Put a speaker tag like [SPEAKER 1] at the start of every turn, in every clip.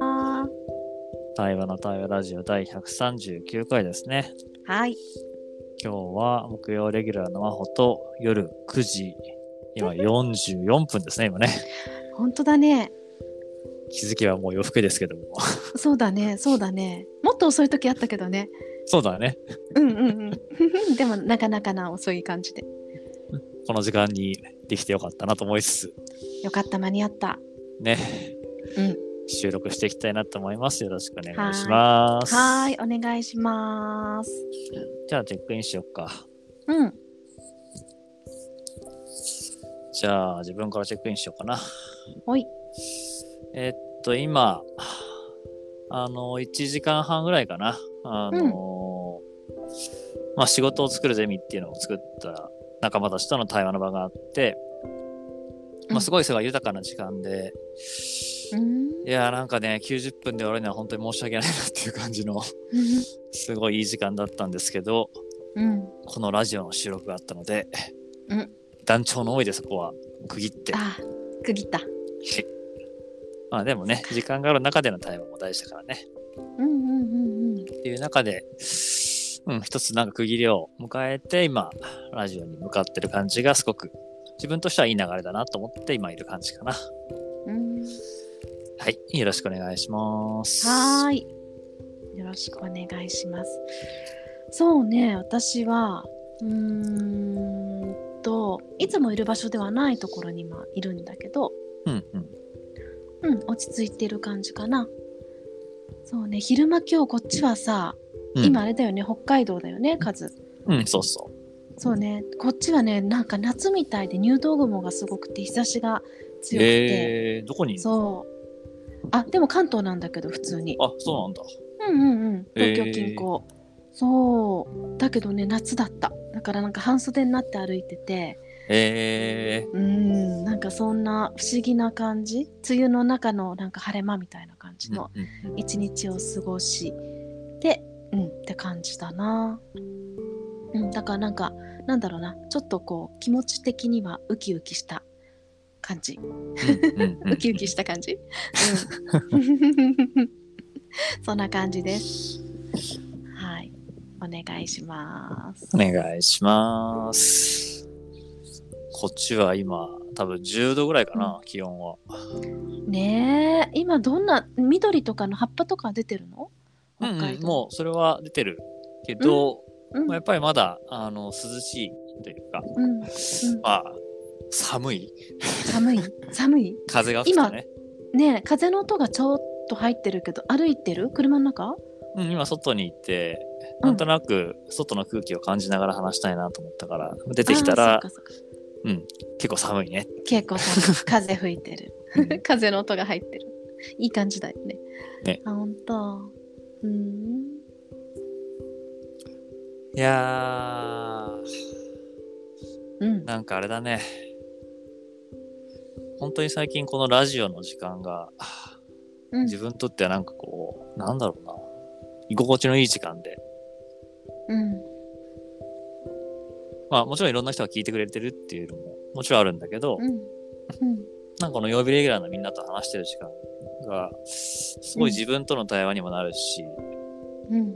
[SPEAKER 1] あ
[SPEAKER 2] 対話の対話ラジオ第139回ですね。
[SPEAKER 1] ーはい。
[SPEAKER 2] 今日は木曜レギュラーの真帆と夜9時、今44分ですね、今ね。
[SPEAKER 1] 本当だね。
[SPEAKER 2] 気づきはもう夜更けですけども。
[SPEAKER 1] そうだね。そうだね。もっと遅い時あったけどね。
[SPEAKER 2] そうだね。
[SPEAKER 1] うんうんうん。 でもなかなかな遅い感じで。
[SPEAKER 2] この時間にできてよかったなと思いつつ、
[SPEAKER 1] よかった間に合った。
[SPEAKER 2] ね、
[SPEAKER 1] うん。
[SPEAKER 2] 収録していきたいなと思います。よろしくお願いします。
[SPEAKER 1] はーい。お願いします。
[SPEAKER 2] じゃあチェックインしよっか。
[SPEAKER 1] うん。
[SPEAKER 2] じゃあ自分からチェックインしようかな。
[SPEAKER 1] おい。
[SPEAKER 2] えっと、今、あの、1時間半ぐらいかな。あの、まあ、仕事を作るゼミっていうのを作った仲間たちとの対話の場があって、ま
[SPEAKER 1] う
[SPEAKER 2] あ、
[SPEAKER 1] ん
[SPEAKER 2] すごいそれが豊かな時間で、
[SPEAKER 1] うーん。
[SPEAKER 2] いやー、なんかね、90分で終わるには本当に申し訳ないなっていう感じの、 すごいいい時間だったんですけど、
[SPEAKER 1] うん。
[SPEAKER 2] このラジオの収録があったので、
[SPEAKER 1] うん
[SPEAKER 2] 団長の思いでそこは区切って、
[SPEAKER 1] あー、区切った。
[SPEAKER 2] まあでもね、時間がある中での対話も大事だからね。
[SPEAKER 1] うんうんうんうん。
[SPEAKER 2] っていう中で、うん、一つなんか区切りを迎えて、今、ラジオに向かってる感じがすごく、自分としてはいい流れだなと思って今いる感じかな。
[SPEAKER 1] うん、
[SPEAKER 2] はい、よろしくお願いします。
[SPEAKER 1] はーい。よろしくお願いします。そうね、私は、うーんと、いつもいる場所ではないところに今いるんだけど、
[SPEAKER 2] うんうん。
[SPEAKER 1] うん、落ち着いてる感じかな。そうね、昼間今日こっちはさ、
[SPEAKER 2] うん
[SPEAKER 1] 今あ、れだよね、北海道だよね、数。
[SPEAKER 2] うん、そうそう。
[SPEAKER 1] そうね、こっちはね、なんか夏みたいで入道雲がすごくて日差しが強くて、
[SPEAKER 2] えー、どこにいる
[SPEAKER 1] そう。あ、でも関東なんだけど、普通に。
[SPEAKER 2] あ、そうなんだ。
[SPEAKER 1] うんうんうん
[SPEAKER 2] えー
[SPEAKER 1] 東京近郊、そうだけどね夏だっただからなんか半袖になって歩いてて
[SPEAKER 2] え
[SPEAKER 1] うんなんかそんな不思議な感じ梅雨の中のなんか晴れ間みたいな感じ
[SPEAKER 2] ー
[SPEAKER 1] の、
[SPEAKER 2] うんうん
[SPEAKER 1] 一日を過ごしでうんって感じだなうんだからなんかなんだろうなちょっとこう気持ち的にはウキウキした感じ
[SPEAKER 2] うんうん うん
[SPEAKER 1] ウキウキした感じ、うん、そんな感じですはいお願いします
[SPEAKER 2] お願いします。こっちは今、多分10度ぐらいかな、気温は。
[SPEAKER 1] ねえ今どんな緑とかの葉っぱとか出てるの
[SPEAKER 2] う
[SPEAKER 1] 北
[SPEAKER 2] ん、う
[SPEAKER 1] 海
[SPEAKER 2] ん、
[SPEAKER 1] 道
[SPEAKER 2] もうそれは出てるけど、
[SPEAKER 1] うん、うん
[SPEAKER 2] まあ、やっぱりまだあの涼しいというか、
[SPEAKER 1] うん
[SPEAKER 2] まあ、寒い
[SPEAKER 1] 寒い寒い
[SPEAKER 2] 風が吹くとね
[SPEAKER 1] ねえ風の音がちょっと入ってるけど歩いてる車の中
[SPEAKER 2] 今,、うん、今外に行って
[SPEAKER 1] うん
[SPEAKER 2] なんとなく外の空気を感じながら話したいなと思ったから出てきたら
[SPEAKER 1] あーそっかそっか
[SPEAKER 2] 結構寒 いね、
[SPEAKER 1] 結構寒い 風吹いてる
[SPEAKER 2] うん
[SPEAKER 1] 風の音が入ってる。いい感じだよね。
[SPEAKER 2] ね
[SPEAKER 1] あ、本当。うーん。
[SPEAKER 2] いや
[SPEAKER 1] う
[SPEAKER 2] ー
[SPEAKER 1] ん。
[SPEAKER 2] なんかあれだね本当に最近このラジオの時間が
[SPEAKER 1] うん
[SPEAKER 2] 自分にとってはなんかこうなんだろうな居心地のいい時間で
[SPEAKER 1] うん。
[SPEAKER 2] まあもちろんいろんな人が聞いてくれてるっていうのももちろんあるんだけど、
[SPEAKER 1] うん。うん。
[SPEAKER 2] なんかこの曜日レギュラーのみんなと話してる時間が、すごい自分との対話にもなるし、
[SPEAKER 1] うん。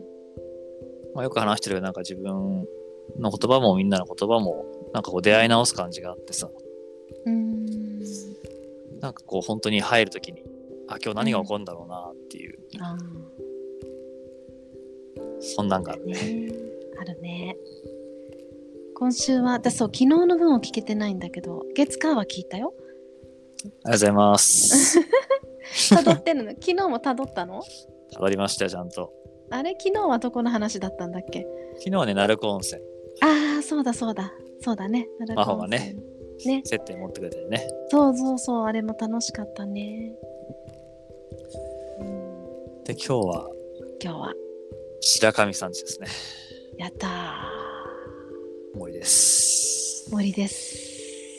[SPEAKER 2] まあ、よく話してるなんか自分の言葉もみんなの言葉も、なんかこう出会い直す感じがあってさ、
[SPEAKER 1] うーん。
[SPEAKER 2] なんかこう本当に入るときに、あ、今日何が起こるんだろうなっていう、
[SPEAKER 1] あ
[SPEAKER 2] そんなんがあ
[SPEAKER 1] あ。
[SPEAKER 2] るね。
[SPEAKER 1] ね。あるね。今週は、私そう、昨日の分を聞けてないんだけど、月間は聞いた よ。
[SPEAKER 2] ありがとうございます。
[SPEAKER 1] 辿ってるの。昨日も辿ったの
[SPEAKER 2] たどりましたよ、ちゃんと。
[SPEAKER 1] あれ昨日はどこの話だったんだっけ
[SPEAKER 2] 昨日はね、鳴子温泉、
[SPEAKER 1] ああ、そうだそうだ。そうだね。
[SPEAKER 2] 真帆がね。
[SPEAKER 1] ね。
[SPEAKER 2] 接点持ってくれてね。
[SPEAKER 1] そうそうそう、あれも楽しかったね。うん
[SPEAKER 2] で、今日は
[SPEAKER 1] 今日は
[SPEAKER 2] 白神さんちですね。
[SPEAKER 1] やった
[SPEAKER 2] 森です。
[SPEAKER 1] ー森です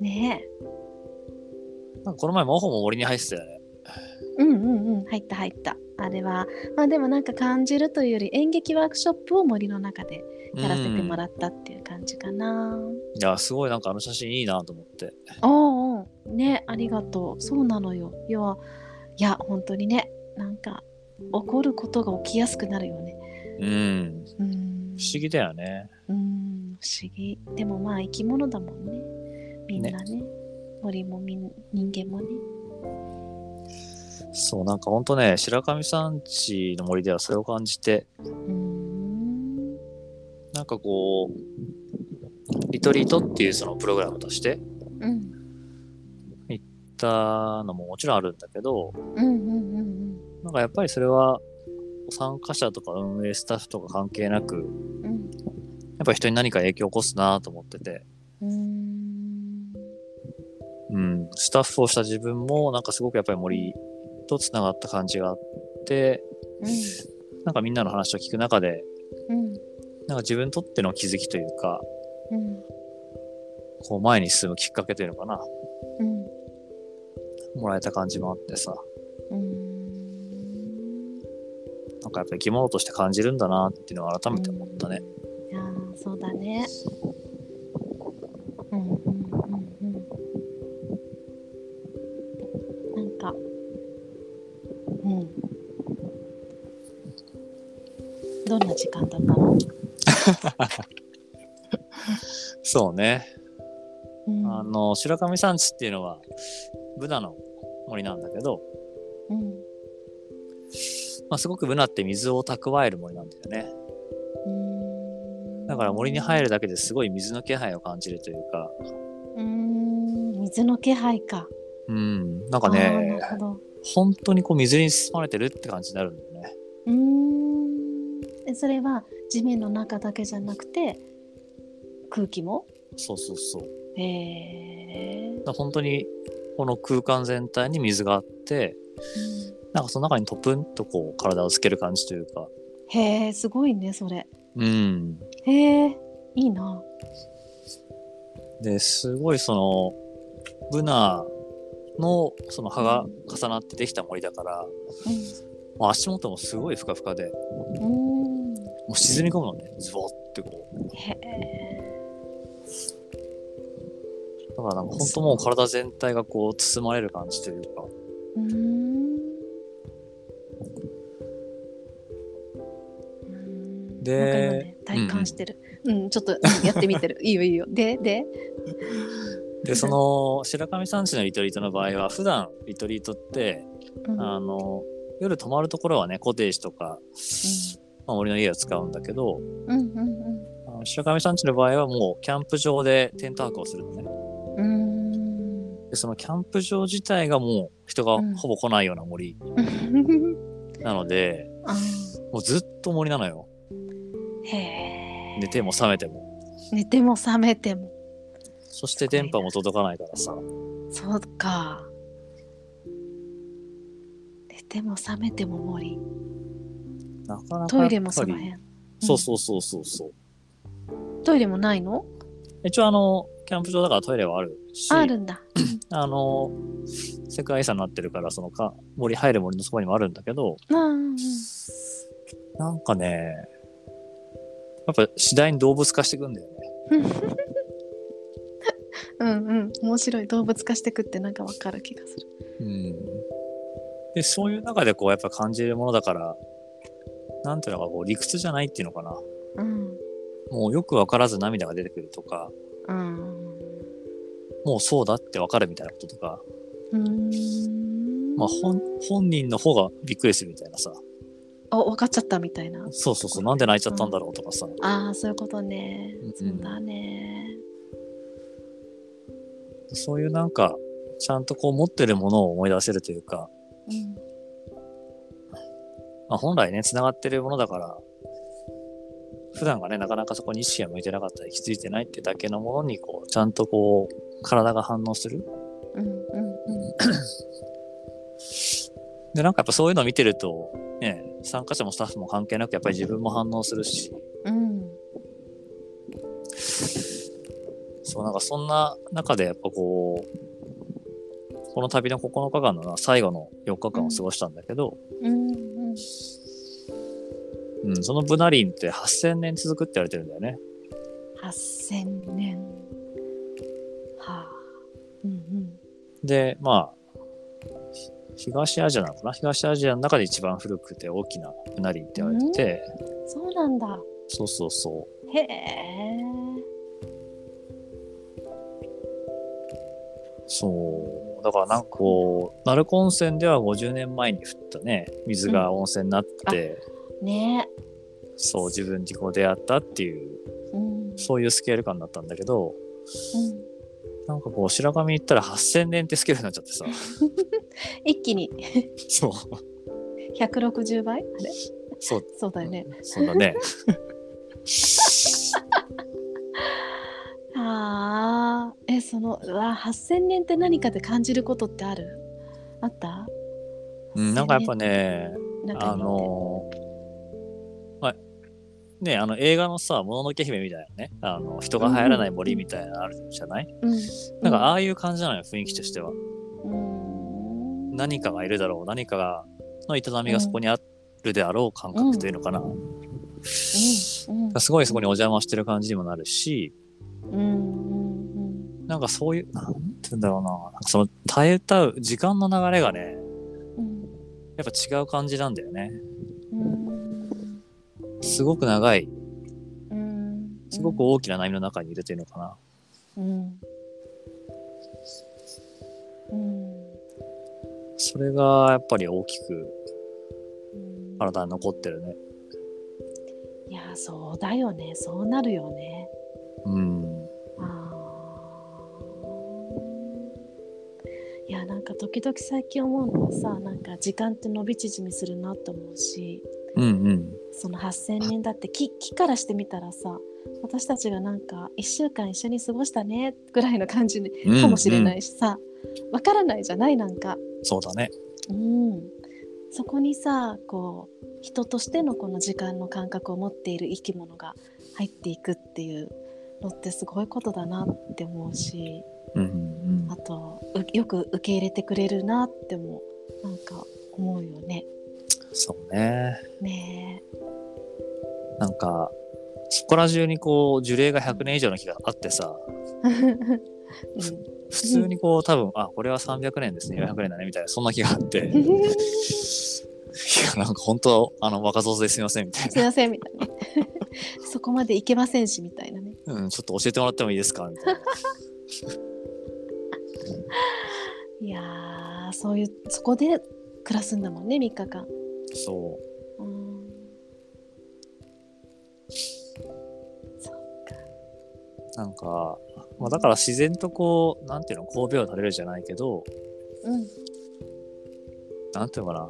[SPEAKER 1] ね
[SPEAKER 2] なんかこの前、真帆も森に入ってたよね。
[SPEAKER 1] えうんうんうん入った入ったあれはまあでもなんか感じるというより演劇ワークショップを森の中でやらせてもらったっていう感じかな、
[SPEAKER 2] いや、すごいなんかあの写真いいなと思って。
[SPEAKER 1] おうおうねありがとうそうなのよ要はいや本当にねなんか起こることが起きやすくなるよね
[SPEAKER 2] うん。
[SPEAKER 1] うん
[SPEAKER 2] 不思議だよね。
[SPEAKER 1] うん不思議でもまあ生き物だもんねみんなね森もみん人間もね
[SPEAKER 2] そう、なんかほんとね、白神山地の森ではそれを感じて、
[SPEAKER 1] うん
[SPEAKER 2] なんかこう、リトリートっていうそのプログラムとして
[SPEAKER 1] うん
[SPEAKER 2] 行ったのももちろんあるんだけど、
[SPEAKER 1] うんうんうん
[SPEAKER 2] なんかやっぱりそれは、参加者とか運営スタッフとか関係なく、
[SPEAKER 1] うんうん
[SPEAKER 2] やっぱ人に何か影響を起こすなと思ってて、
[SPEAKER 1] うーん
[SPEAKER 2] うん、スタッフをした自分もなんかすごくやっぱり森とつながった感じがあって、なんかみんなの話を聞く中で、
[SPEAKER 1] うん
[SPEAKER 2] なんか自分にとっての気づきというか、
[SPEAKER 1] うん
[SPEAKER 2] こう前に進むきっかけというのかな、
[SPEAKER 1] うん
[SPEAKER 2] もらえた感じもあってさ、
[SPEAKER 1] うん
[SPEAKER 2] なんかやっぱ生き物として感じるんだなっていうのを改めて思ったね。
[SPEAKER 1] いやーそうだねうんうんうんうんなんかうんどんな時間だったの、
[SPEAKER 2] そうね。
[SPEAKER 1] うん、
[SPEAKER 2] あの、白神山地っていうのは、ブナの森なんだけど、
[SPEAKER 1] うん
[SPEAKER 2] まあ、すごくブナって水を蓄える森なんだよね。
[SPEAKER 1] うん
[SPEAKER 2] だから森に入るだけですごい水の気配を感じるというか、
[SPEAKER 1] うん水の気配か
[SPEAKER 2] うん、なんか
[SPEAKER 1] あー
[SPEAKER 2] ね、
[SPEAKER 1] なるほど
[SPEAKER 2] 本当にこう水に包まれてるって感じになるんだよね。
[SPEAKER 1] うーんえそれは地面の中だけじゃなくて空気も
[SPEAKER 2] そうそうそう。だか
[SPEAKER 1] へえ
[SPEAKER 2] ら本当にこの空間全体に水があって、なんかその中にトプンとこう体をつける感じというか、
[SPEAKER 1] へえすごいねそれ
[SPEAKER 2] うん。
[SPEAKER 1] へえいいな
[SPEAKER 2] で、すごいその、ブナのその葉が重なってできた森だから、もう足元もすごいふかふかで、
[SPEAKER 1] うんうーん
[SPEAKER 2] もう沈み込むのね、ズボってこう。
[SPEAKER 1] へえ
[SPEAKER 2] だからなんか本当もう体全体がこう包まれる感じというか、
[SPEAKER 1] うーんうーん
[SPEAKER 2] で
[SPEAKER 1] なんか今ね体感してるうん、ちょっとうんやってみて るいいよいいよでで
[SPEAKER 2] で、その、白神山地のリトリートの場合は、普段リトリートって、
[SPEAKER 1] うん
[SPEAKER 2] あの、夜泊まるところはね、コテージとか、まあ、森の家を使うんだけど、
[SPEAKER 1] うんうん
[SPEAKER 2] あの白神山地の場合はもうキャンプ場でテント泊をするのね。
[SPEAKER 1] うんうん
[SPEAKER 2] で、そのキャンプ場自体がもう人が
[SPEAKER 1] うん
[SPEAKER 2] ほぼ来ないような森
[SPEAKER 1] うーん
[SPEAKER 2] なので、
[SPEAKER 1] あー
[SPEAKER 2] もうずっと森なのよ。
[SPEAKER 1] へえ
[SPEAKER 2] 寝ても覚めても。
[SPEAKER 1] 寝ても覚めても
[SPEAKER 2] そして電波も届かないからさ。
[SPEAKER 1] そうか寝ても覚めても森
[SPEAKER 2] なかなか
[SPEAKER 1] ト
[SPEAKER 2] やっぱり。
[SPEAKER 1] イレもその辺
[SPEAKER 2] そうそうそうそうそう。
[SPEAKER 1] トイレもないの
[SPEAKER 2] 一応あの、キャンプ場だからトイレはあるし、
[SPEAKER 1] あるんだ
[SPEAKER 2] あの、世界遺産になってるから、そのか、森入る森のそばにもあるんだけど、
[SPEAKER 1] あー
[SPEAKER 2] なんかね、やっぱ次第に動物化していくんだよね。
[SPEAKER 1] うんうん面白い動物化してくってなんかわかる気がする
[SPEAKER 2] うん。で、そういう中でこう、やっぱ感じるものだから、なんていうのか、こう、理屈じゃないっていうのかな。
[SPEAKER 1] うん
[SPEAKER 2] もうよくわからず涙が出てくるとか、
[SPEAKER 1] うん
[SPEAKER 2] もうそうだってわかるみたいなこととか、
[SPEAKER 1] うーん
[SPEAKER 2] まあ、本、本人の方がびっくりするみたいなさ。
[SPEAKER 1] あ分かっちゃったみたいな
[SPEAKER 2] そうそうそう、なんで泣いちゃったんだろうとかさ。
[SPEAKER 1] ああそういうことね
[SPEAKER 2] うんうん
[SPEAKER 1] そうだね
[SPEAKER 2] そういうなんか、ちゃんとこう持ってるものを思い出せるというか、
[SPEAKER 1] うん
[SPEAKER 2] まあ、本来ね、繋がってるものだから、普段がね、なかなかそこに意識が向いてなかったり、気づいてないってだけのものに、こう、ちゃんとこう、体が反応する。
[SPEAKER 1] うんうんうん
[SPEAKER 2] で、なんかやっぱそういうのを見てると、ね、参加者もスタッフも関係なく、やっぱり自分も反応するし、
[SPEAKER 1] うん
[SPEAKER 2] そう、なんかそんな中で、やっぱこう、この旅の9日間の最後の4日間を過ごしたんだけど、
[SPEAKER 1] うんうん
[SPEAKER 2] うん、そのブナリンって8000年続くって言われてるんだよね。
[SPEAKER 1] 8000年はあうん
[SPEAKER 2] で、まあ、ひ東アジアなのかな東アジアの中で一番古くて大きなうなりって言われてて、
[SPEAKER 1] そうなんだ。
[SPEAKER 2] そうそうそ
[SPEAKER 1] へえ。
[SPEAKER 2] う。そう。だからなんかこう、鳴子温泉では50年前に降ったね、水が温泉になって、
[SPEAKER 1] ね
[SPEAKER 2] そう、自分にこう出会ったっていう、
[SPEAKER 1] うん。うん。
[SPEAKER 2] そういうスケール感だったんだけど、なんかこう、白神行ったら8000年ってスケールになっちゃってさ、
[SPEAKER 1] 一気に
[SPEAKER 2] そう、
[SPEAKER 1] 160倍あれ
[SPEAKER 2] そう、
[SPEAKER 1] そうだよね。
[SPEAKER 2] そうだね。
[SPEAKER 1] ああ。え、その、うわ、8000年って何かで感じることってあるあった
[SPEAKER 2] うん、なんかやっぱね、
[SPEAKER 1] なんか
[SPEAKER 2] あのーまあねあの映画のさ「もののけ姫」みたいなねあの人が入らない森みたいなのあるじゃない、
[SPEAKER 1] うん、
[SPEAKER 2] なんかああいう感じなのよ雰囲気としては
[SPEAKER 1] うん、うん
[SPEAKER 2] 何かがいるだろう何かがの営みがそこにあるであろう感覚というのかな、
[SPEAKER 1] うん
[SPEAKER 2] すごいそこにお邪魔してる感じにもなるし
[SPEAKER 1] うんうん
[SPEAKER 2] なんかそういうなんて言うんだろうななんかその耐え歌う時間の流れがね
[SPEAKER 1] うん
[SPEAKER 2] やっぱ違う感じなんだよね
[SPEAKER 1] うん
[SPEAKER 2] すごく長い
[SPEAKER 1] うん
[SPEAKER 2] すごく大きな波の中にいるというのかな、
[SPEAKER 1] うんうん
[SPEAKER 2] それがやっぱり大きく
[SPEAKER 1] うん
[SPEAKER 2] 体に残ってるね
[SPEAKER 1] いやそうだよねそうなるよね
[SPEAKER 2] うん。
[SPEAKER 1] あーいやなんか時々最近思うのはさなんか時間って伸び縮みするなと思うし
[SPEAKER 2] うんうん。。
[SPEAKER 1] その8,000年だって木木からしてみたらさ私たちがなんか1週間一緒に過ごしたねぐらいの感じにかもしれないいしさ、わからないじゃないなんか、
[SPEAKER 2] そうだね。
[SPEAKER 1] うん、そこにさこう人としてのこの時間の感覚を持っている生き物が入っていくっていうのってすごいことだなって思うし
[SPEAKER 2] うんうん
[SPEAKER 1] あとうよく受け入れてくれるなってもなんか思うよね。
[SPEAKER 2] そうね。
[SPEAKER 1] ね
[SPEAKER 2] なんか、そこら中にこう、樹齢が100年以上の木があってさ、
[SPEAKER 1] え、う
[SPEAKER 2] 普通にこう、多分、あ、これは300年ですね、400年だね、みたいな、そんな木があって、 い
[SPEAKER 1] ん
[SPEAKER 2] や、なんか本当、あの、若造ですいません、みたい
[SPEAKER 1] すいませんみたいなそこまでいけませんしみたいなね
[SPEAKER 2] な。うん、ちょっと教えてもらってもいいですかみ たいな。
[SPEAKER 1] いやーそういうそこで暮らすんだもんね3日間
[SPEAKER 2] そう
[SPEAKER 1] ーんそっか
[SPEAKER 2] う。なんか、まあ、だから自然とこう、なんていうの、神戸を垂れるじゃないけど、
[SPEAKER 1] うん
[SPEAKER 2] なんていうのかな、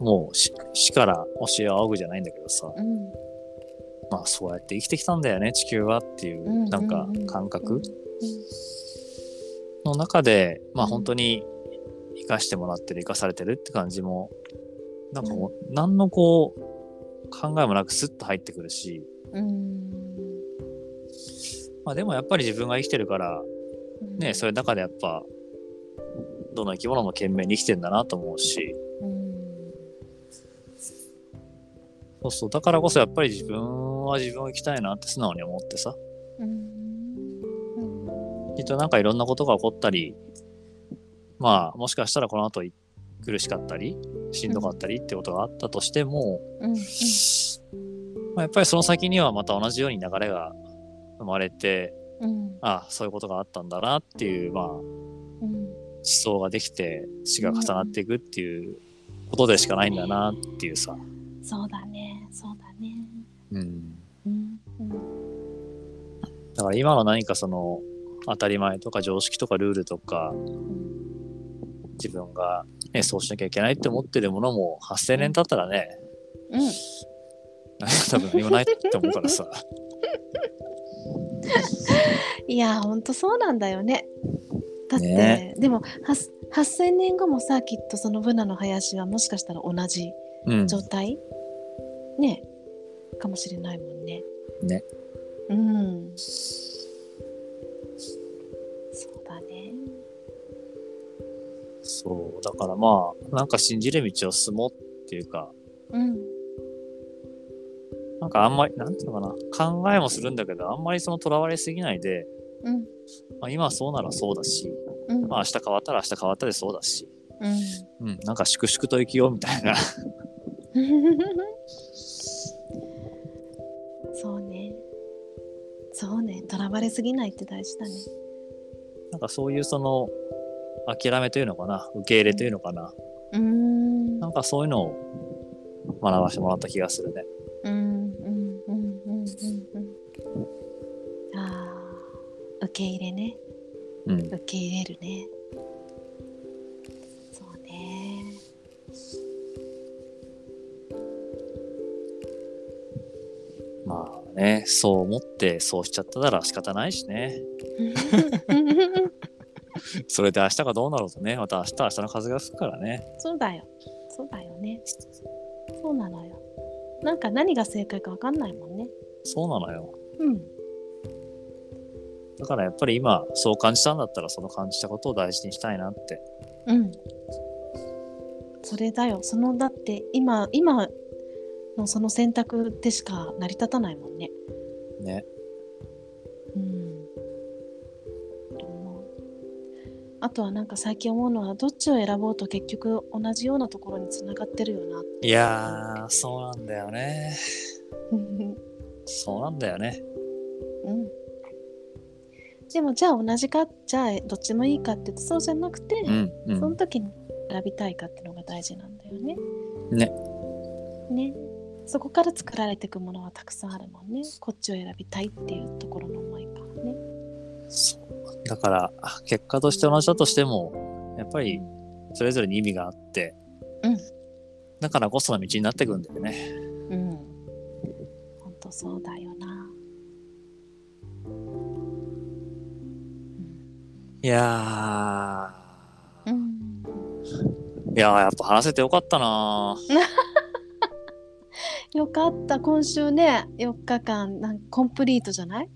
[SPEAKER 2] もう死死から教えを仰ぐじゃないんだけどさ、
[SPEAKER 1] うん
[SPEAKER 2] まあそうやって生きてきたんだよね地球はっていう
[SPEAKER 1] うんうんうん
[SPEAKER 2] なんか感覚
[SPEAKER 1] う
[SPEAKER 2] の中でまあ
[SPEAKER 1] うん
[SPEAKER 2] 本当に生かしてもらってる生かされてるって感じもなんかもう何のこう考えもなくスッと入ってくるし
[SPEAKER 1] んうん
[SPEAKER 2] まあでもやっぱり自分が生きてるか
[SPEAKER 1] う
[SPEAKER 2] ら
[SPEAKER 1] ん
[SPEAKER 2] ねそういう中でやっぱどの生き物も懸命に生きてんだなと思うし
[SPEAKER 1] うん
[SPEAKER 2] そうそうだからこそやっぱり自分は自分を生きたいなって素直に思ってさ
[SPEAKER 1] うん
[SPEAKER 2] きっとなんかいろんなことが起こったり、まあもしかしたらこの後い苦しかったり、しんどかったりってことがあったとしても、
[SPEAKER 1] うん
[SPEAKER 2] まあ、やっぱりその先にはまた同じように流れが生まれて、
[SPEAKER 1] うん
[SPEAKER 2] ああ、そういうことがあったんだなっていう、まあ思
[SPEAKER 1] うん
[SPEAKER 2] 想ができて、死が重なっていくっていうことでしかないんだなっていうさ。
[SPEAKER 1] そうだねそうだね
[SPEAKER 2] うん、
[SPEAKER 1] うんうん
[SPEAKER 2] だから今の何かその当たり前とか常識とかルールとか、
[SPEAKER 1] うん
[SPEAKER 2] 自分が、ね、そうしなきゃいけないって思ってるものも8000年経ったらね、
[SPEAKER 1] うん
[SPEAKER 2] 多分何もないって思うからさ
[SPEAKER 1] いやほんとそうなんだよね。だって、
[SPEAKER 2] ね
[SPEAKER 1] でもはす8,000年後もさきっとそのブナの林はもしかしたら同じ
[SPEAKER 2] うん
[SPEAKER 1] 状態、ねかもしれないもんね。
[SPEAKER 2] ね。
[SPEAKER 1] うん。そうだね。
[SPEAKER 2] そうだからまあなんか信じる道を進もうっていうか
[SPEAKER 1] うん
[SPEAKER 2] なんかあんまりなんていうのかな考えもするんだけどあんまりそのとらわれすぎないで、
[SPEAKER 1] うん
[SPEAKER 2] まあ、今はそうならそうだし
[SPEAKER 1] うんうん
[SPEAKER 2] まあ明日変わったら明日変わったでそうだし、
[SPEAKER 1] う
[SPEAKER 2] うん、なんか粛々と生きようみたいな。
[SPEAKER 1] んそうねそうねとらわれすぎないって大事だね
[SPEAKER 2] なんかそういうその諦めというのかな受け入れというのかな、
[SPEAKER 1] うーん
[SPEAKER 2] なんかそういうのを学ばせてもらった気がするね。
[SPEAKER 1] うんうんうんうんうんうんあー受け入れね
[SPEAKER 2] うん、
[SPEAKER 1] 受け入れるねそう ね
[SPEAKER 2] まあねそう思ってそうしちゃったなら仕方ないしねそれで明日がどうなろうとねまた明日明日の風が吹くからね
[SPEAKER 1] そうだよそうだよねそうなのよなんか何が正解かわかんないもんね
[SPEAKER 2] そうなのよ
[SPEAKER 1] うん
[SPEAKER 2] だからやっぱり今そう感じたんだったらその感じたことを大事にしたいなって
[SPEAKER 1] うんそれだよそのだって今今のその選択でしか成り立たないもんね
[SPEAKER 2] ね
[SPEAKER 1] うんと思うあとはなんか最近思うのはどっちを選ぼうと結局同じようなところにつながってるよなって
[SPEAKER 2] いやーそうなんだよね
[SPEAKER 1] うん
[SPEAKER 2] そうなんだよね
[SPEAKER 1] うんでもじゃあ同じかじゃあどっちもいいかって言うとそうじゃなくて、
[SPEAKER 2] うんう
[SPEAKER 1] その
[SPEAKER 2] ん
[SPEAKER 1] 時に選びたいかってのが大事なんだよね。
[SPEAKER 2] ね。
[SPEAKER 1] ね。そこから作られていくものはたくさんあるもんね。こっちを選びたいっていうところの思いからね。
[SPEAKER 2] そうだから結果として同じだとしてもやっぱりそれぞれに意味があって、
[SPEAKER 1] うん
[SPEAKER 2] だからこその道になってくんだよね
[SPEAKER 1] うん。ほんとそうだよな。
[SPEAKER 2] いや
[SPEAKER 1] う
[SPEAKER 2] ー
[SPEAKER 1] ん。
[SPEAKER 2] いやーやっぱ話せてよかったな
[SPEAKER 1] よかった。今週ね、4日間、なんかコンプリートじゃない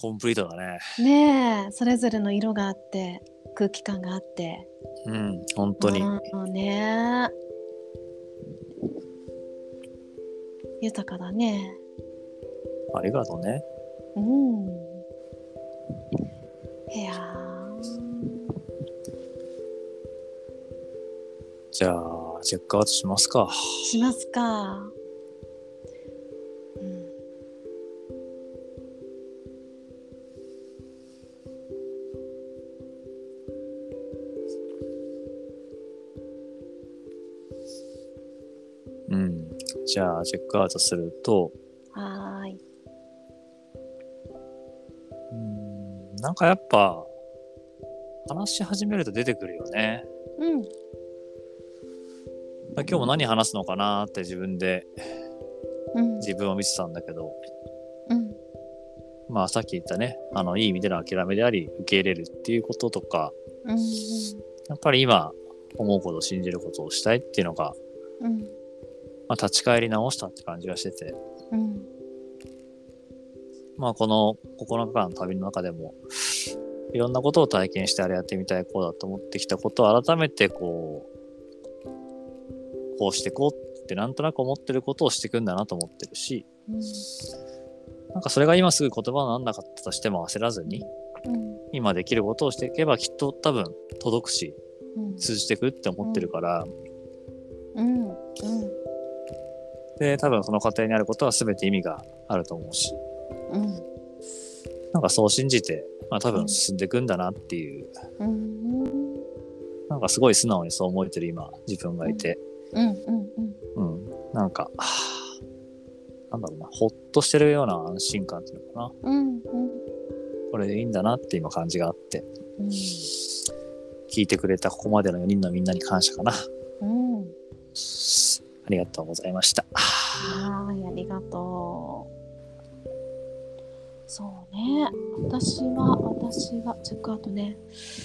[SPEAKER 2] コンプリートだね
[SPEAKER 1] ねえ、それぞれの色があって、空気感があって。
[SPEAKER 2] うん本当に、
[SPEAKER 1] うんね豊かだね
[SPEAKER 2] ありがとうね
[SPEAKER 1] うんいやー
[SPEAKER 2] じゃあチェックアウトしますか
[SPEAKER 1] しますかうん
[SPEAKER 2] うんじゃあチェックアウトすると
[SPEAKER 1] はーい
[SPEAKER 2] うんなんかやっぱ話し始めると出てくるよね
[SPEAKER 1] うん
[SPEAKER 2] だから今日も何話すのかなーって自分で
[SPEAKER 1] うん
[SPEAKER 2] 自分を見てたんだけど、
[SPEAKER 1] うん
[SPEAKER 2] まあさっき言ったね、あの、いい意味での諦めであり、受け入れるっていうこととか、
[SPEAKER 1] うん
[SPEAKER 2] やっぱり今、思うこと、信じることをしたいっていうのが、
[SPEAKER 1] うん
[SPEAKER 2] まあ立ち返り直したって感じがしてて、
[SPEAKER 1] うん
[SPEAKER 2] まあこの9日間の旅の中でも、いろんなことを体験してあれやってみたい、こうだと思ってきたことを改めてこう、こうしてこうってなんとなく思ってることをしていくんだなと思ってるし、
[SPEAKER 1] うん
[SPEAKER 2] なんかそれが今すぐ言葉にならなかったとしても焦らずに、
[SPEAKER 1] うん
[SPEAKER 2] 今できることをしていけばきっと多分届くし
[SPEAKER 1] うん
[SPEAKER 2] 通じてくって思ってるから、
[SPEAKER 1] うん
[SPEAKER 2] で多分その過程にあることは全て意味があると思うし
[SPEAKER 1] うん
[SPEAKER 2] なんかそう信じて、まあ、多分進んでいくんだなっていう、
[SPEAKER 1] うん
[SPEAKER 2] なんかすごい素直にそう思えてる今自分がいて、
[SPEAKER 1] うんうん
[SPEAKER 2] うんなんかはあなんだろうなほっとしてるような安心感っていうのかな
[SPEAKER 1] うんうん
[SPEAKER 2] これでいいんだなって今感じがあって
[SPEAKER 1] うん
[SPEAKER 2] 聞いてくれたここまでの4人のみんなに感謝かな
[SPEAKER 1] うん
[SPEAKER 2] ありがとうございました
[SPEAKER 1] はい、ありがとう。そうね、私は、私は、チェックアウトね。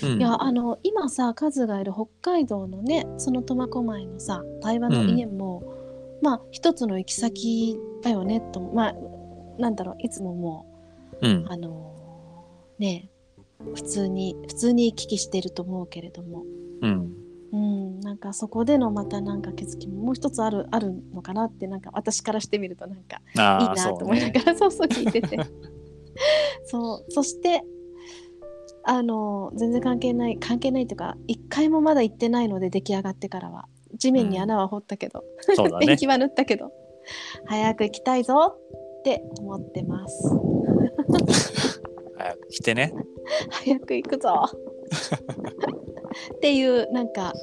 [SPEAKER 2] うん
[SPEAKER 1] いや、あの、今さ、カズがいる北海道のね、その苫小牧のさ、台湾の家も、まあ、一つの行き先だよね、と、まあ、なんだろう、いつもも
[SPEAKER 2] うん
[SPEAKER 1] う、あのーね、普通に、普通に行き来してると思うけれども、
[SPEAKER 2] うん
[SPEAKER 1] うん、なんかそこでのまたなんか気づきももう一つあるあるのかなってなんか私からしてみるとなんかいい
[SPEAKER 2] あ
[SPEAKER 1] な
[SPEAKER 2] あ
[SPEAKER 1] と
[SPEAKER 2] そう
[SPEAKER 1] 思いな
[SPEAKER 2] ね
[SPEAKER 1] がらそう,、そう聞いててそうそしてあの全然関係ない関係ないというか一回もまだ行ってないので出来上がってからは地面に穴は掘ったけど、
[SPEAKER 2] そうだ
[SPEAKER 1] ペン
[SPEAKER 2] ね。
[SPEAKER 1] キは塗ったけど早く行きたいぞって思ってます
[SPEAKER 2] 早く来て ね。
[SPEAKER 1] 早く行く ぞっていうなんか、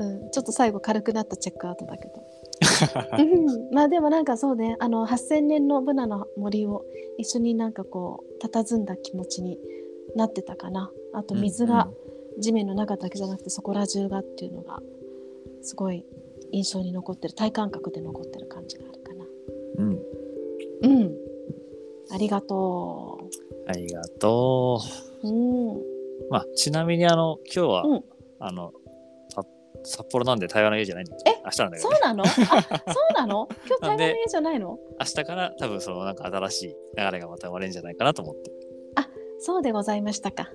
[SPEAKER 1] うん、ちょっと最後軽くなったチェックアウトだけど、うん、まあでもなんかそうねあの8,000年のブナの森を一緒になんかこう佇んだ気持ちになってたかなあと水が地面の中だけじゃなくてそこら中がっていうのがすごい印象に残ってる体感覚で残ってる感じがあるかな
[SPEAKER 2] うん。うん。
[SPEAKER 1] うんありがと
[SPEAKER 2] ありがと
[SPEAKER 1] ううん
[SPEAKER 2] う。まあ、ちなみに、あの、今日は、
[SPEAKER 1] うん
[SPEAKER 2] あの、さ札幌なんで台湾の家じゃないんだけど、明日なんだけ
[SPEAKER 1] そう
[SPEAKER 2] どね、
[SPEAKER 1] なのあそうな の今日台
[SPEAKER 2] な
[SPEAKER 1] 湾
[SPEAKER 2] ん
[SPEAKER 1] の
[SPEAKER 2] で
[SPEAKER 1] 家じゃないの
[SPEAKER 2] 明日から多分そのなんか新しい流れがまた生まれるんじゃないかなと思って。
[SPEAKER 1] そうでございましたか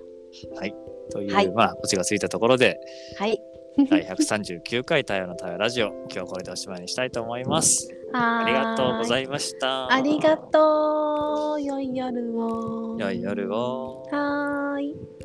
[SPEAKER 2] という、
[SPEAKER 1] はい
[SPEAKER 2] まあ、オチがついたところで、
[SPEAKER 1] はい
[SPEAKER 2] 第139回台湾の台湾ラジオ、今日はこれでおしまいにしたいと思います。あ
[SPEAKER 1] あ
[SPEAKER 2] りがとうござ
[SPEAKER 1] い
[SPEAKER 2] いました。
[SPEAKER 1] ありがとう良い夜を
[SPEAKER 2] 良い夜を。
[SPEAKER 1] はーい